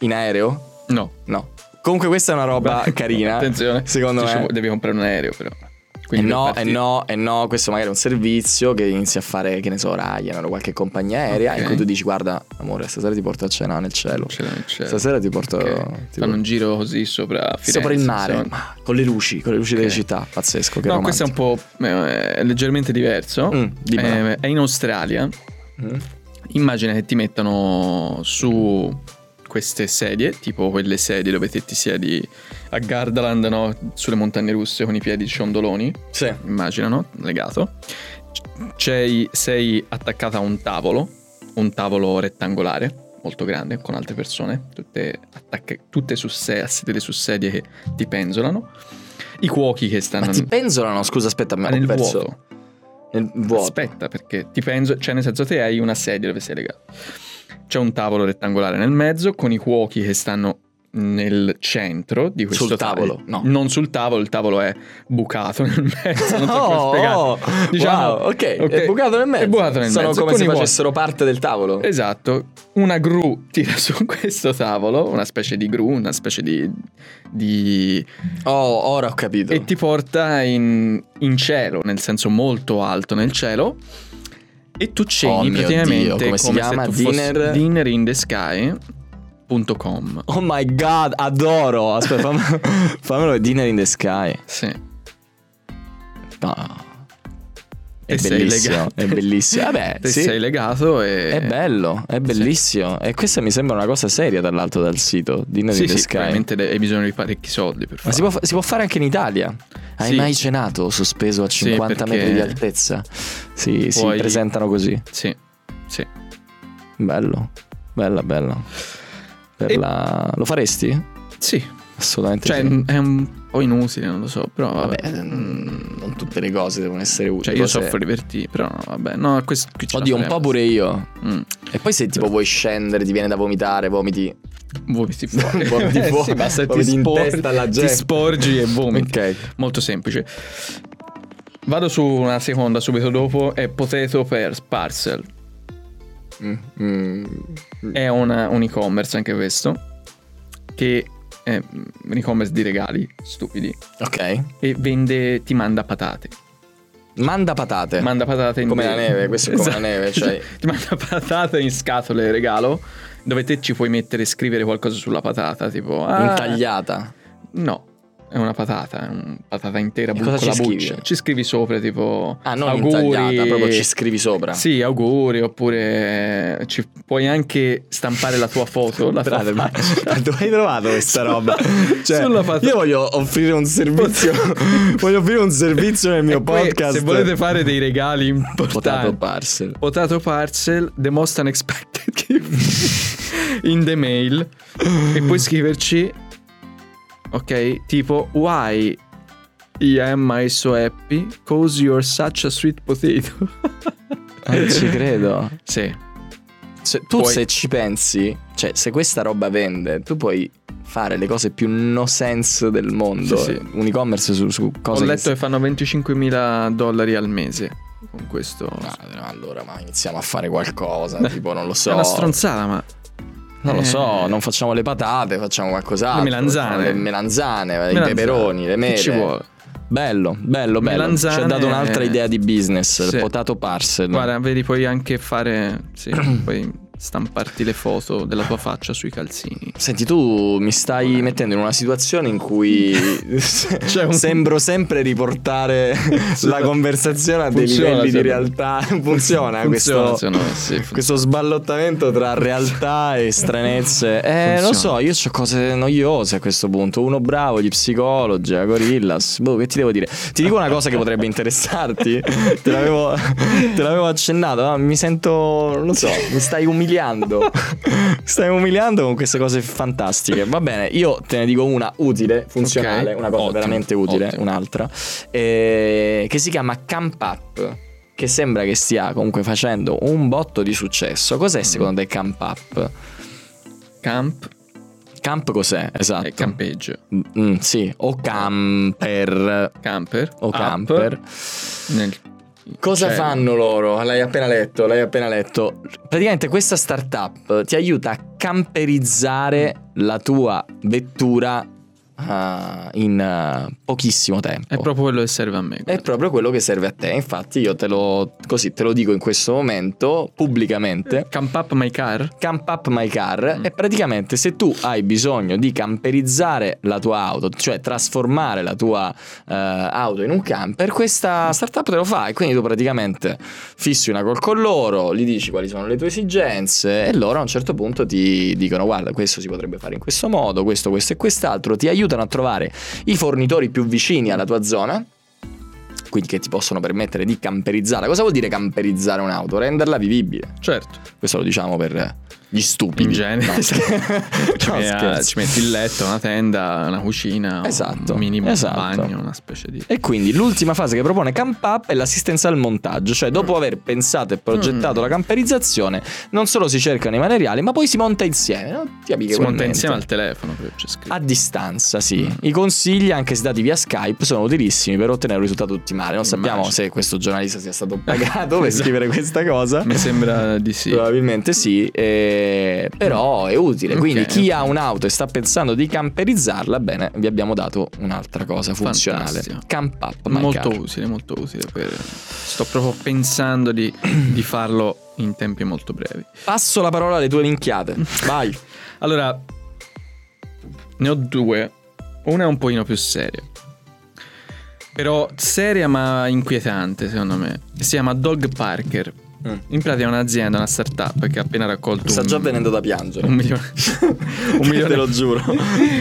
A: in aereo?
B: No. [laughs]
A: No. Comunque, questa è una roba carina.
B: Attenzione.
A: Secondo
B: Ti ci
A: me.
B: vuo- Devi comprare un aereo però.
A: E
B: Quindi per
A: no, e
B: partire-
A: no, e no, questo magari è un servizio che inizia a fare, che ne so, Ryan o qualche compagnia aerea
B: Ok.
A: in cui tu dici guarda amore stasera ti porto a cena nel cielo,
B: Ce l'ho, ce l'ho.
A: stasera ti porto...
B: Ok.
A: ti
B: Fanno
A: porto-
B: un giro così sopra Firenze.
A: sopra il mare,
B: insomma.
A: ma con le luci, con le luci
B: Ok.
A: delle città, pazzesco, che
B: No, questo
A: romantico.
B: è un po' eh, leggermente diverso.
A: Mm, dimmelo.
B: Eh, è in Australia.
A: Mm.
B: Immagina che ti mettano su queste sedie, tipo quelle sedie dove te ti siedi a Gardaland, no? sulle montagne russe con i piedi ciondoloni,
A: Sì.
B: immagina, no? legato. C- c'hai- sei attaccata a un tavolo, un tavolo rettangolare molto grande con altre persone, tutte, attacca- tutte su se- sedute su sedie che ti penzolano. I cuochi che stanno
A: Ma ti penzolano, scusa, aspetta, ma ho
B: nel
A: perso
B: vuoto.
A: nel vuoto.
B: Aspetta, perché ti penso, cioè nel senso te hai una sedia dove sei legato. C'è un tavolo rettangolare nel mezzo con i cuochi che stanno nel centro di questo
A: Sul tavolo, no.
B: Non sul tavolo, il tavolo è bucato [laughs] nel mezzo, non so come
A: Oh,
B: spiegare.
A: oh,
B: Diciamo,
A: wow, ok,
B: ok.
A: è bucato nel mezzo.
B: È bucato nel
A: Sono
B: mezzo,
A: come
B: con
A: se
B: i vuoti.
A: facessero parte del tavolo.
B: Esatto, una gru tira su [laughs] questo tavolo, una specie di gru, una specie di- di
A: Oh, ora ho capito.
B: E ti porta in, in cielo, nel senso molto alto nel cielo. E tu
A: Oh
B: ceni
A: mio
B: praticamente
A: Dio, come si chiama?
B: se tu fossi
A: Dinner-
B: dinerindesky.com.
A: Oh my god, adoro. Aspetta, fammelo, fammelo Dinner in the Sky.
B: Sì.
A: No. È
B: E sei
A: bellissimo,
B: legato.
A: è
B: [laughs]
A: bellissimo. Vabbè,
B: Te
A: sì,
B: sei legato e
A: è bello, è bellissimo. E questa mi sembra una cosa seria dall'alto dal sito, Dinner
B: Sì,
A: in the
B: sì,
A: Sky.
B: veramente hai bisogno di parecchi soldi per
A: Ma
B: farlo.
A: si può, fa- si può fare anche in Italia. Hai
B: Sì.
A: mai cenato sospeso a
B: Sì,
A: 50 metri di
B: perché
A: altezza? Sì, si
B: puoi-
A: presentano così.
B: Sì. Sì.
A: Bello, bella, bella. Per
B: E-
A: la- Lo faresti?
B: Sì.
A: Assolutamente
B: Cioè
A: sì.
B: è un po' inutile, non lo so, però vabbè.
A: Vabbè,
B: Mm.
A: mm, non tutte le cose devono essere utili.
B: Cioè io
A: cose-
B: soffro divertì, però no, vabbè, no, questo qui ce la
A: Oddio, un po'
B: faremo.
A: pure io.
B: Mm.
A: E poi se tipo vuoi scendere, ti viene da vomitare, vomiti. [laughs]
B: Vomiti fuori.
A: Vomiti
B: [laughs] Eh
A: fuori,
B: sì, basta che ti,
A: vomiti in
B: spor-
A: testa alla
B: ti
A: gente.
B: sporgi e vomiti.
A: Ok.
B: Molto semplice. Vado su una seconda subito dopo, è Potato per Parcel.
A: Mm, mm.
B: È una- un e-commerce anche questo, che è un e-commerce di regali, stupidi,
A: Ok.
B: e vende, ti manda patate.
A: Manda patate.
B: Manda patate in Esatto.
A: Come la neve, questo è come la neve, cioè-
B: [laughs] Ti manda patate in scatole regalo, dove te ci puoi mettere e scrivere qualcosa sulla patata, tipo... ah,
A: Intagliata.
B: No, è una patata, è una patata intera
A: E
B: bu- con
A: cosa
B: la
A: ci scrivi?
B: buccia. Ci scrivi sopra tipo
A: Ah, non intagliata,
B: auguri,
A: proprio ci scrivi sopra.
B: Sì, auguri, oppure eh, ci puoi anche stampare la tua foto, la tua
A: Scusate, ma-
B: faccia.
A: ma [laughs] dove hai trovato questa
B: [laughs]
A: roba? Cioè,
B: sulla patata.
A: io voglio offrire un servizio. [laughs] voglio offrire un servizio nel mio
B: E poi,
A: podcast.
B: Se volete fare dei regali
A: potato
B: importanti,
A: parcel.
B: Potato Parcel, The Most Unexpected Gift in the mail. E puoi scriverci, ok, tipo, why I am I so happy? Cause you're such a sweet
A: [laughs]
B: potato.
A: Non Eh, ci credo.
B: sì,
A: Se- tu
B: Puoi-
A: se ci pensi, cioè se questa roba vende, tu puoi fare le cose più no sense del mondo. eh.
B: Sì, sì.
A: Un e-commerce su, su cose
B: ho
A: che-
B: letto che fanno 25.000 dollari al mese con questo.
A: Ah, no, allora, ma iniziamo a fare qualcosa, tipo non lo so.
B: È una stronzata, ma
A: Non lo so,
B: Eh.
A: non facciamo le patate, facciamo qualcos'altro.
B: Le melanzane.
A: Facciamo Le melanzane, i
B: Melanzane.
A: peperoni, le
B: Che
A: mele.
B: ci vuole.
A: Bello, bello, bello. Ci ha
B: Melanzane-
A: dato un'altra idea di business,
B: Sì.
A: il potato parcel.
B: Guarda, vedi, puoi anche fare. Sì,
A: [clears throat]
B: puoi stamparti le foto della tua faccia sui calzini.
A: Senti, tu mi stai mettendo in una situazione in cui
B: [laughs] C'è un-
A: sembro sempre
B: [laughs]
A: riportare la conversazione a dei
B: Funziona,
A: livelli di
B: cioè-
A: realtà. [laughs] Funziona, questo,
B: secondo me, sì, funziona.
A: questo sballottamento tra realtà e stranezze. Eh,
B: Funziona.
A: lo so, io ho cose noiose a questo punto. Uno bravo, gli psicologi, la gorillas. Boh, che ti devo dire? Ti dico una cosa che potrebbe interessarti. Te l'avevo, te l'avevo accennato, ma mi sento, non lo so, mi stai umiliando. Mi stai umiliando con queste cose fantastiche. Va bene, io te ne dico una utile, funzionale,
B: Ok.
A: una cosa
B: Ottimo,
A: veramente utile,
B: ottimo.
A: un'altra, eh, che si chiama Camp Up. Che sembra che stia comunque facendo un botto di successo. Cos'è secondo te Camp Up?
B: [laughs] Camp
A: Camp cos'è? Esatto.
B: e campeggio.
A: Mm, sì, o camper.
B: Camper
A: O
B: up,
A: camper.
B: nel-
A: Cosa
B: cioè,
A: fanno loro? L'hai appena letto, l'hai appena letto. Praticamente questa startup ti aiuta a camperizzare la tua vettura ah, in ah, pochissimo tempo.
B: È proprio quello che serve a me.
A: È
B: guarda.
A: proprio quello che serve a te. Infatti, io te lo, così, te lo dico in questo momento pubblicamente.
B: Camp up my car.
A: Camp Up My Car
B: Mm.
A: è praticamente se tu hai bisogno di camperizzare la tua auto, cioè trasformare la tua eh, auto in un camper, questa startup te lo fa e quindi tu praticamente fissi una call con loro, gli dici quali sono le tue esigenze e loro a un certo punto ti dicono guarda questo si potrebbe fare in questo modo, questo, questo e quest'altro, ti aiutano a trovare i fornitori più vicini alla tua zona. Quindi che ti possono permettere di camperizzare. Cosa vuol dire camperizzare un'auto? Renderla vivibile.
B: Certo.
A: Questo lo diciamo per gli stupidi. [laughs]
B: In genere.
A: No,
B: [laughs]
A: scher-
B: Ci,
A: no,
B: metti-
A: scherzo.
B: ci metti il letto, una tenda, una cucina,
A: Esatto,
B: un minimo
A: esatto.
B: bagno, una specie di...
A: E quindi l'ultima fase che propone Camp Up è l'assistenza al montaggio, cioè dopo aver pensato e progettato
B: Mm.
A: la camperizzazione, non solo si cercano i materiali, ma poi si monta insieme, no? Ti amiche
B: Si
A: con
B: monta
A: mente.
B: insieme al telefono, proprio c'è scritto.
A: a distanza, sì.
B: Mm.
A: I consigli, anche se dati via Skype, sono utilissimi per ottenere un risultato ottimale. Non sappiamo
B: Immagino.
A: se questo giornalista sia stato [laughs] pagato per
B: [laughs] Esatto.
A: scrivere questa cosa.
B: Mi sembra di sì.
A: Probabilmente sì, eh, però è utile.
B: Ok,
A: Quindi chi
B: ok.
A: ha un'auto e sta pensando di camperizzarla, bene, vi abbiamo dato un'altra cosa funzionale.
B: Fantastico.
A: Camp up, my
B: Molto
A: car.
B: utile, molto utile. per- Sto proprio pensando di, [clears throat] di farlo in tempi molto brevi.
A: Passo la parola alle tue
B: [laughs]
A: minchiate. Vai.
B: Allora, ne ho due. Una è un pochino più seria. Però seria ma inquietante, secondo me. Si chiama Dog Parker.
A: Mm.
B: In pratica è un'azienda, una startup che ha appena raccolto
A: Sta
B: un-
A: già venendo da piangere. [laughs]
B: un milione.
A: un
B: milione-
A: te lo giuro.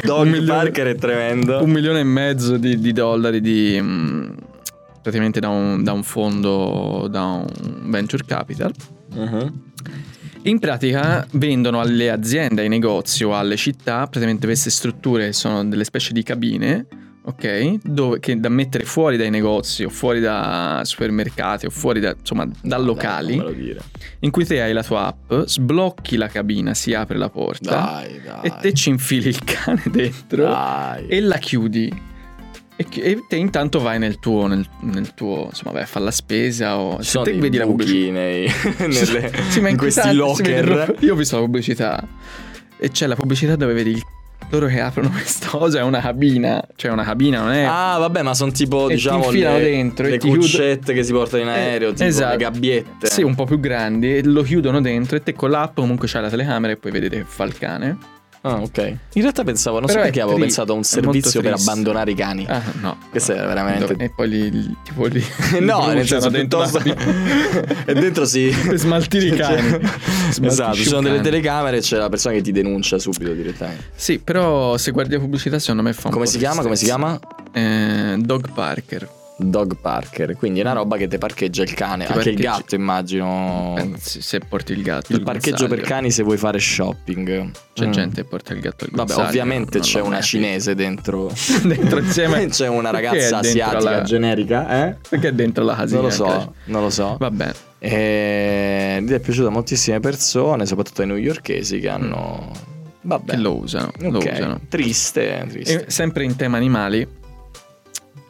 A: Dog
B: Un milione-
A: Parker è tremendo.
B: un milione e mezzo di, di dollari di, mh, praticamente da un, da un fondo, da un venture capital.
A: Mhm.
B: In pratica vendono alle aziende, ai negozi o alle città praticamente queste strutture che sono delle specie di cabine, ok? Dove, che da mettere fuori dai negozi o fuori da supermercati o fuori da, insomma, da
A: Dai,
B: locali, Eh?
A: non me lo dire.
B: in cui te hai la tua app, sblocchi la cabina, si apre la porta
A: Dai, dai.
B: e te ci infili il cane dentro
A: Dai.
B: e la chiudi. E, chi- e te intanto vai nel tuo, nel, nel tuo insomma, vai a fare la spesa o
A: Ci
B: se
A: sono
B: te
A: dei
B: vedi la
A: buchi
B: pubblicità.
A: nei- [laughs]
B: [laughs]
A: nelle-
B: Sì, ma
A: in questi
B: inquietante, si vede
A: locker.
B: proprio- Io ho visto la pubblicità e c'è la pubblicità dove vedi il- loro che aprono questa cosa, è una cabina, cioè una cabina non è...
A: Ah, vabbè, ma sono tipo,
B: E ti
A: diciamo,
B: infilano
A: le,
B: dentro e
A: le
B: ti chiudono-
A: cuccette che si portano in aereo, tipo
B: esatto.
A: le gabbiette.
B: Sì, un po' più grandi, e lo chiudono dentro e te con l'app comunque c'hai la telecamera e poi vedete che fa il cane.
A: Ah, ok. In realtà pensavo, non so
B: Però è
A: perché avevo
B: tri-
A: pensato a un
B: è
A: servizio
B: molto
A: per
B: triste.
A: abbandonare i cani.
B: Ah, no.
A: Questo è veramente-
B: E poi li, li- tipo li... li
A: [laughs] No,
B: bruciano
A: nel senso
B: dentro la
A: piuttosto... [laughs]
B: cabina.
A: e dentro si...
B: Per smaltire i cani. Smaltisci
A: [laughs] esatto, ci sono
B: un
A: delle
B: cane.
A: telecamere c'è la persona che ti denuncia subito direttamente.
B: Sì, però se guardi la pubblicità secondo me fa un
A: Come
B: po'
A: si chiama? Come si
B: tristezza.
A: chiama?
B: Eh, Dog Parker.
A: Dog Parker. Quindi è una roba che te parcheggia il cane.
B: Mm. Ti
A: Anche il
B: parcheggi.
A: gatto, immagino.
B: Eh, se se porti il gatto.
A: Oh. Il parcheggio per
B: guinzaglio.
A: cani se vuoi fare shopping.
B: C'è
A: Mm.
B: gente che porta il gatto al
A: Vabbè,
B: guinzaglio,
A: ovviamente
B: non
A: c'è
B: lo
A: una
B: metti.
A: cinese dentro.
B: [laughs] dentro
A: [laughs]
B: insieme.
A: c'è una
B: Perché
A: ragazza
B: è dentro
A: asiatica
B: alla-
A: generica, eh?
B: Perché è dentro la casina?
A: Non lo
B: Clash?
A: so, non lo so.
B: Vabbè,
A: E ed Eh, è piaciuto a moltissime persone, soprattutto ai newyorkesi che hanno vabbè,
B: Mm. che lo usano. Lo
A: Ok,
B: usano. Eh,
A: Triste, triste.
B: E sempre in tema animali,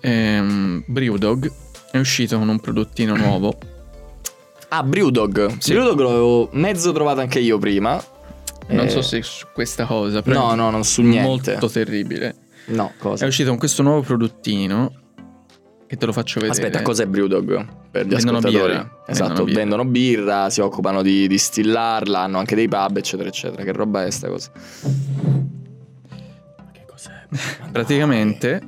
B: ehm, Brewdog è uscito con un prodottino nuovo.
A: Ah, Brewdog.
B: Sì.
A: Brewdog l'avevo mezzo trovato anche io prima.
B: Non
A: [clears throat] Eh,
B: so se su questa cosa, però
A: No,
B: è
A: no, non su niente.
B: molto terribile.
A: No,
B: È
A: cosa?
B: uscito con questo nuovo prodottino che te lo faccio vedere.
A: Aspetta, cos'è Brewdog? Per gli
B: Vendono
A: ascoltatori.
B: birra.
A: Esatto,
B: Vendono birra.
A: vendono birra, si occupano di distillarla, hanno anche dei pub, eccetera, eccetera. Che roba è sta cosa? Ma che cos'è?
B: Praticamente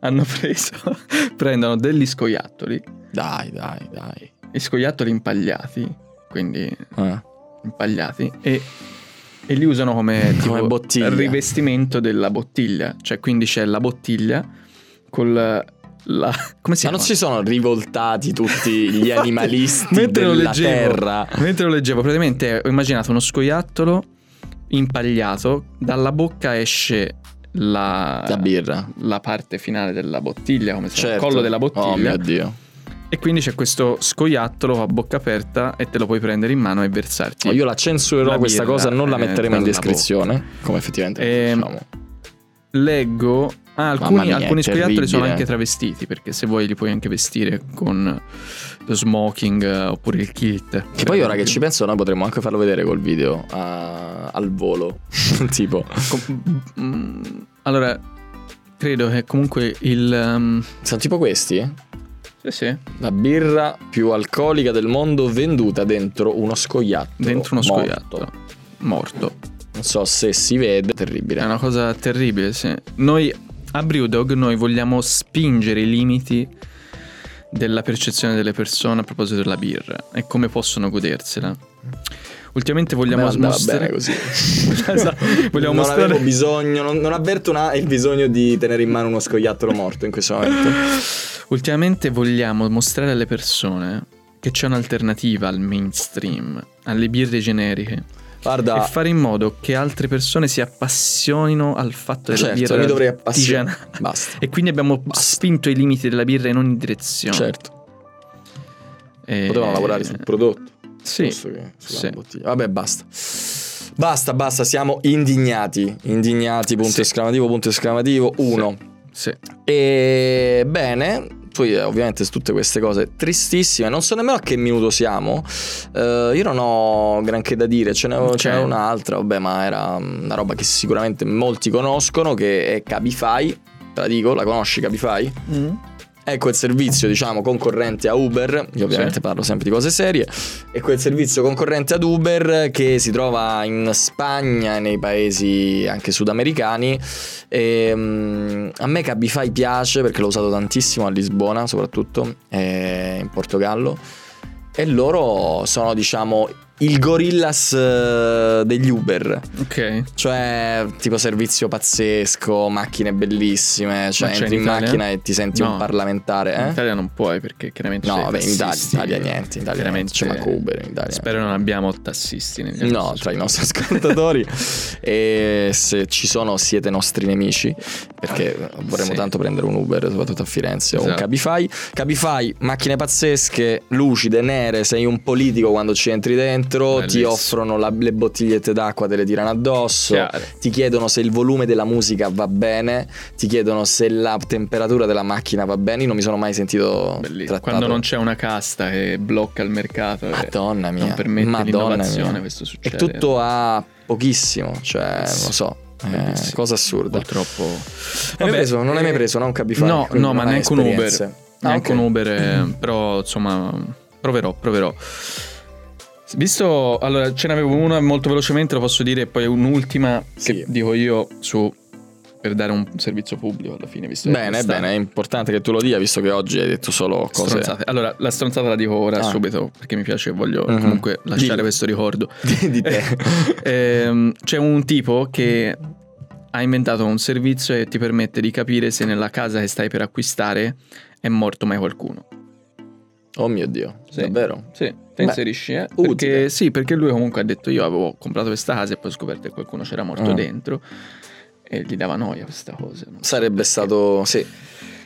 B: [laughs] hanno preso, [laughs] prendono degli scoiattoli,
A: Dai, dai, dai.
B: gli scoiattoli impagliati, quindi
A: Eh.
B: impagliati, e, e li usano come,
A: Come
B: tipo
A: bottiglia.
B: rivestimento della bottiglia. Cioè, quindi c'è la bottiglia col... La, come si
A: Ma
B: chiama?
A: non si sono rivoltati
B: [laughs]
A: tutti gli
B: Infatti,
A: animalisti
B: mentre lo
A: della
B: leggevo,
A: terra?
B: Mentre lo leggevo, praticamente eh, ho immaginato uno scoiattolo impagliato, dalla bocca esce la,
A: La birra.
B: la parte finale della bottiglia, come si chiama? cioè, il
A: Certo.
B: collo della
A: Oh
B: bottiglia.
A: mio Dio.
B: E quindi c'è questo scoiattolo a bocca aperta e te lo puoi prendere in mano e versarti.
A: Oh, io la censurerò
B: La
A: questa
B: birra,
A: cosa, non la
B: eh,
A: metteremo in
B: dalla
A: descrizione, come effettivamente
B: Ehm,
A: facciamo.
B: Leggo. ah,
A: diciamo. Mamma
B: alcuni,
A: mia, è
B: alcuni scoiattoli sono
A: terribile.
B: anche travestiti perché se vuoi li puoi anche vestire con lo smoking eh, oppure il kit. Cioè,
A: Che poi ora che ci penso noi potremmo anche farlo vedere col
B: [laughs]
A: video a- al volo. tipo,
B: Com- mm, allora, credo che comunque il... ehm,
A: Sono tipo questi, eh?
B: sì, sì,
A: La birra più alcolica del mondo venduta dentro uno scoiattolo.
B: dentro uno
A: morto.
B: scoiattolo. Morto.
A: Non so se si vede,
B: È
A: terribile.
B: una cosa terribile, sì. Noi a Brewdog noi vogliamo spingere i limiti della percezione delle persone a proposito della birra e come possono godersela. Ultimamente vogliamo
A: Beh, andava
B: mostrare
A: bene così.
B: [laughs] Esatto, Vogliamo
A: non
B: mostrare
A: avevo bisogno, non, non avverto na- il bisogno di tenere in mano uno scoiattolo morto in questo momento.
B: Ultimamente vogliamo mostrare alle persone che c'è un'alternativa al mainstream, alle birre generiche e
A: Guarda,
B: fare in modo che altre persone si appassionino al fatto della
A: certo,
B: birra
A: mi dovrei
B: artigianale.
A: appassionare. Basta.
B: [laughs] E quindi abbiamo spinto i limiti della birra in ogni direzione.
A: Certo,
B: E-
A: potevamo lavorare sul prodotto.
B: Eh, Sì,
A: piuttosto che sulla
B: sì.
A: bottiglia. Vabbè, basta. Basta, basta, siamo indignati. Indignati, punto
B: Sì.
A: esclamativo, punto esclamativo, uno.
B: sì.
A: E bene. Poi eh, ovviamente su tutte queste cose tristissime, non so nemmeno a che minuto siamo, Eh, io non ho granché da dire, ce n'è
B: Ok.
A: ce n'è un'altra, vabbè ma era una roba che sicuramente molti conoscono, che è Cabify, te la dico, la conosci Cabify? È quel servizio, diciamo, concorrente a Uber. Io ovviamente
B: Sì.
A: parlo sempre di cose serie. È quel servizio concorrente ad Uber che si trova in Spagna e nei paesi anche sudamericani. E, mm, a me Cabify piace perché l'ho usato tantissimo a Lisbona, soprattutto e in Portogallo. E loro sono, diciamo, il gorillas eh, degli Uber.
B: Ok.
A: Cioè, tipo servizio pazzesco, macchine bellissime. Cioè,
B: Ma c'è
A: entri
B: in
A: in,
B: Italia?
A: macchina e ti senti
B: No.
A: un parlamentare.
B: In
A: Eh?
B: Italia non puoi perché chiaramente
A: No,
B: sei
A: vabbè, in Italia, in
B: tassisti. eh,
A: Italia niente, in Italia niente, c'è manco Uber in Italia.
B: Spero non abbiamo tassisti negli
A: No, tra i nostri
B: [laughs]
A: ascoltatori. e se ci sono, siete nostri nemici. Perché vorremmo
B: Sì.
A: tanto prendere un Uber, soprattutto a Firenze, o un
B: Esatto.
A: Cabify. Cabify, macchine pazzesche, lucide, nere. Sei un politico quando ci entri dentro. Ti
B: Bellissimo.
A: offrono la- le bottigliette d'acqua, te le tirano addosso. ti chiedono se il volume della musica va bene, ti chiedono se la temperatura della macchina va bene. Io non mi sono mai sentito trattato.
B: Quando non c'è una casta che blocca il mercato e
A: Madonna mia,
B: non permette
A: Madonna
B: l'innovazione, cioè,
A: mia.
B: questo
A: È
B: succede.
A: tutto a pochissimo, cioè non
B: Sì.
A: lo so. eh,
B: Bellissimo.
A: cosa assurda.
B: Purtroppo.
A: Hai mai
B: Vabbè,
A: preso- non hai mai
B: eh,
A: preso, no? Un Cabify?
B: No,
A: Quindi
B: no, ma
A: non hai
B: neanche un
A: esperienze.
B: Uber.
A: Ah,
B: neanche
A: ok.
B: un Uber,
A: [clears throat]
B: eh, però insomma, proverò, proverò. Visto, allora ce n'avevo una molto velocemente, lo posso dire, e poi un'ultima
A: Sì.
B: che dico io su per dare un servizio pubblico alla fine, visto che
A: Bene,
B: sta-
A: bene, è importante che tu lo dia, visto che oggi hai detto solo cose.
B: Stronzate. Allora, la stronzata la dico ora
A: Ah.
B: subito perché mi piace e voglio
A: Mhm.
B: comunque lasciare
A: Dillo.
B: questo ricordo.
A: [laughs] di, di
B: [laughs]
A: te.
B: Ehm, c'è un tipo che ha inventato un servizio e ti permette di capire se nella casa che stai per acquistare è morto mai qualcuno.
A: Oh mio Dio,
B: Sì.
A: davvero?
B: Sì,
A: Beh,
B: te inserisci, eh?
A: utile.
B: Perché, sì, perché lui comunque ha detto io avevo comprato questa casa e poi ho scoperto che qualcuno c'era morto
A: Ah.
B: dentro e gli dava noia questa cosa. Non so
A: Sarebbe
B: perché.
A: stato... Sì.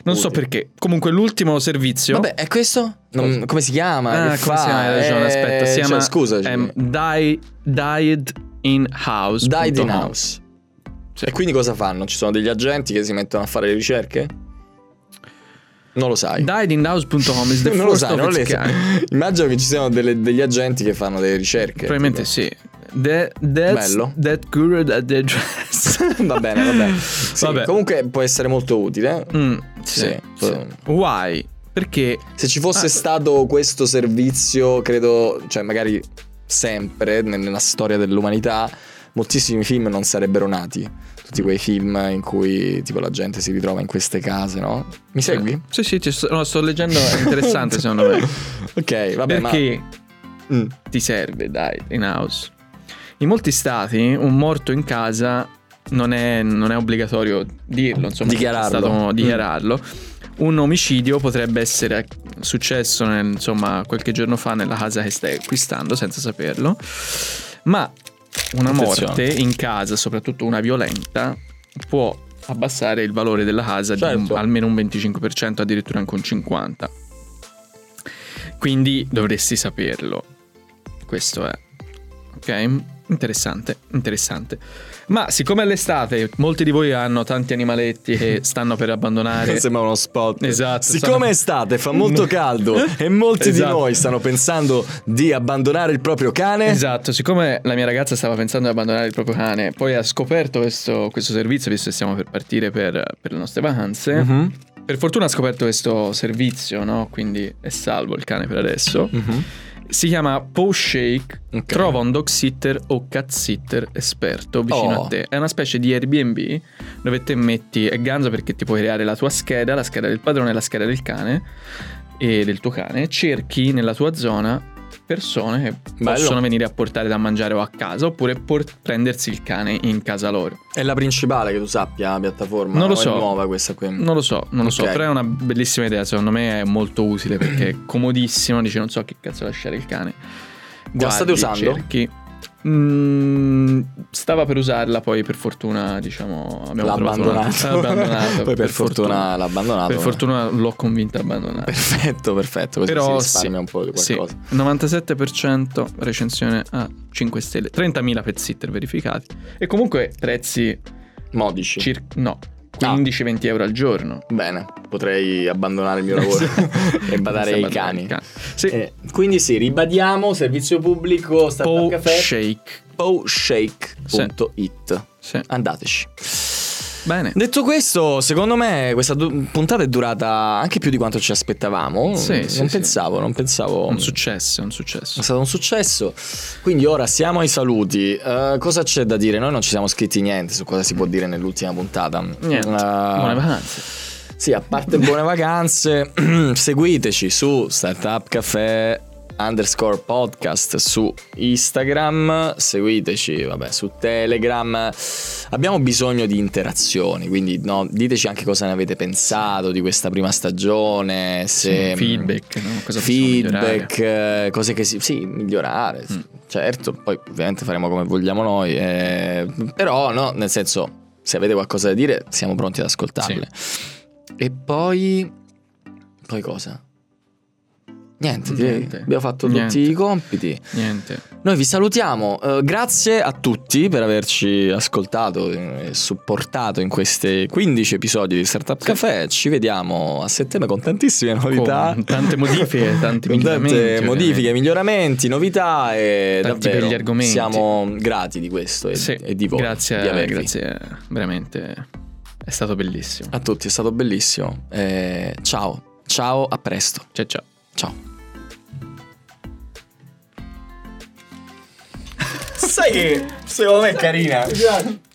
B: Non so
A: utile.
B: perché. Comunque l'ultimo servizio...
A: Vabbè, è questo? Non-
B: Cosa?
A: come si chiama?
B: Ah,
A: Che
B: come
A: fa?
B: si chiama? Hai
A: Eh,
B: ragione, aspetta. Si
A: cioè,
B: chiama
A: scusa,
B: ehm, die- Died in House.
A: Died in House.
B: Sì.
A: E quindi cosa fanno? Ci sono degli agenti che si mettono a fare le ricerche? Non lo sai. [laughs]
B: Diedinhouse.com is the
A: non lo
B: first
A: sai,
B: of
A: non
B: its
A: le sai.
B: kind.
A: [laughs] Immagino che ci siano delle- degli agenti che fanno delle ricerche.
B: Probabilmente sì. The- that's-
A: Bello.
B: That guru at the dress.
A: sì. [laughs] [laughs] va bene, va
B: [laughs]
A: bene. Sì,
B: Vabbè.
A: Comunque può essere molto utile.
B: Mm, sì,
A: Sì,
B: sì.
A: sì.
B: Why? Perché
A: Se ci fosse
B: Ah.
A: stato questo servizio, credo, cioè magari sempre nel- nella storia dell'umanità, moltissimi film non sarebbero nati. Tutti quei film in cui tipo la gente si ritrova in queste case, no? Mi segui?
B: Sì, sì, ti sto, no, sto leggendo, è
A: [laughs]
B: interessante secondo me.
A: Ok, vabbè,
B: Perché
A: ma Mm,
B: ti serve, dai, in house. In molti stati un morto in casa non è, non è obbligatorio dirlo, insomma,
A: Dichiararlo.
B: È stato
A: Mm.
B: dichiararlo. Un omicidio potrebbe essere successo nel- insomma, qualche giorno fa nella casa che stai acquistando senza saperlo. Ma una
A: Attenzione.
B: morte in casa, soprattutto una violenta, può abbassare il valore della casa di
A: Certo.
B: un- almeno un 25%, addirittura anche un 50%. Quindi dovresti saperlo. Questo è. Ok? Interessante, interessante. Ma siccome è l'estate, molti di voi hanno tanti animaletti che stanno per abbandonare.
A: eh, Sembra uno spot.
B: Eh. Esatto,
A: Siccome
B: stanno-
A: è estate, fa
B: [laughs]
A: molto caldo e molti
B: Esatto.
A: di noi stanno pensando di abbandonare il proprio cane.
B: Esatto, siccome la mia ragazza stava pensando di abbandonare il proprio cane, poi ha scoperto questo, questo servizio, visto che stiamo per partire per, per le nostre vacanze.
A: Mhm,
B: Per fortuna ha scoperto questo servizio, no? Quindi è salvo il cane per adesso.
A: mhm.
B: Si chiama Paw Shake.
A: Ok.
B: Trova un dog sitter o cat sitter esperto vicino
A: Oh.
B: a te. È una specie di Airbnb dove te metti. È ganzo perché ti puoi creare la tua scheda, la scheda del padrone, la scheda del cane e del tuo cane. Cerchi nella tua zona persone che
A: Bello.
B: possono venire a portare da mangiare o a casa oppure por- prendersi il cane in casa loro.
A: È la principale che tu sappia la piattaforma.
B: Non lo
A: o
B: so.
A: È nuova questa qui.
B: Non lo so, non lo so,
A: Ok.
B: però è una bellissima idea, secondo me è molto utile perché è comodissimo, dici non so che cazzo lasciare il cane.
A: La state usando?
B: cerchi. Mm, stava per usarla, poi per fortuna diciamo abbiamo
A: L'ha
B: trovato una-
A: abbandonato.
B: l'ha
A: [laughs]
B: abbandonato,
A: Poi per, fortuna, l'ha abbandonato.
B: Per fortuna l'ho convinta a abbandonare.
A: [laughs] Perfetto, perfetto. Così
B: Però
A: si risparmia un po' di
B: Sì,
A: qualcosa.
B: 97% recensione a 5 stelle, 30.000 pet sitter verificati e comunque prezzi
A: Modici.
B: circa no,
A: Ah.
B: 15-20 euro al giorno.
A: Bene, potrei abbandonare il mio [laughs] lavoro e badare ai
B: Sembra
A: cani.
B: cani. Sì.
A: Eh, quindi sì, ribadiamo, servizio pubblico,
B: Paw
A: startup caffè,
B: Shake.
A: powshake.it.
B: Sì.
A: Andateci.
B: Bene.
A: Detto questo, secondo me questa du- puntata è durata anche più di quanto ci aspettavamo.
B: Sì,
A: non
B: sì, sì.
A: pensavo, non pensavo.
B: Un successo, un successo.
A: È stato un successo. Quindi ora siamo ai saluti. Eh, cosa c'è da dire? Noi non ci siamo scritti niente su cosa si può dire nell'ultima puntata. Eh,
B: Niente. Buone vacanze.
A: Sì, a parte buone vacanze, [clears throat] seguiteci su Startup Café underscore podcast su Instagram, seguiteci vabbè, su Telegram. Abbiamo bisogno di interazioni, quindi no, diteci anche cosa ne avete pensato di questa prima stagione, se
B: feedback, no? Cosa possiamo
A: feedback, eh, cose che si sì, migliorare.
B: Mm.
A: Certo, poi ovviamente faremo come vogliamo noi, eh, però no, nel senso se avete qualcosa da dire siamo pronti ad ascoltarle. E poi poi cosa? Niente, direi
B: Niente.
A: abbiamo fatto
B: Niente.
A: tutti i compiti.
B: Niente.
A: Noi vi salutiamo, eh, grazie a tutti per averci ascoltato e supportato in questi 15 episodi di Startup Café. Ci vediamo a settembre con tantissime novità.
B: Con
A: [laughs]
B: tante modifiche, tanti
A: Con tante
B: miglioramenti,
A: modifiche, miglioramenti, novità e
B: Tanti
A: davvero
B: belli argomenti.
A: siamo grati di questo e,
B: Sì,
A: e di voi.
B: Grazie,
A: di avervi.
B: grazie. Veramente è stato bellissimo.
A: a tutti, è stato bellissimo. Eh, ciao, ciao, a presto.
B: Ciao ciao.
A: Ciao. Sai che secondo me è carina.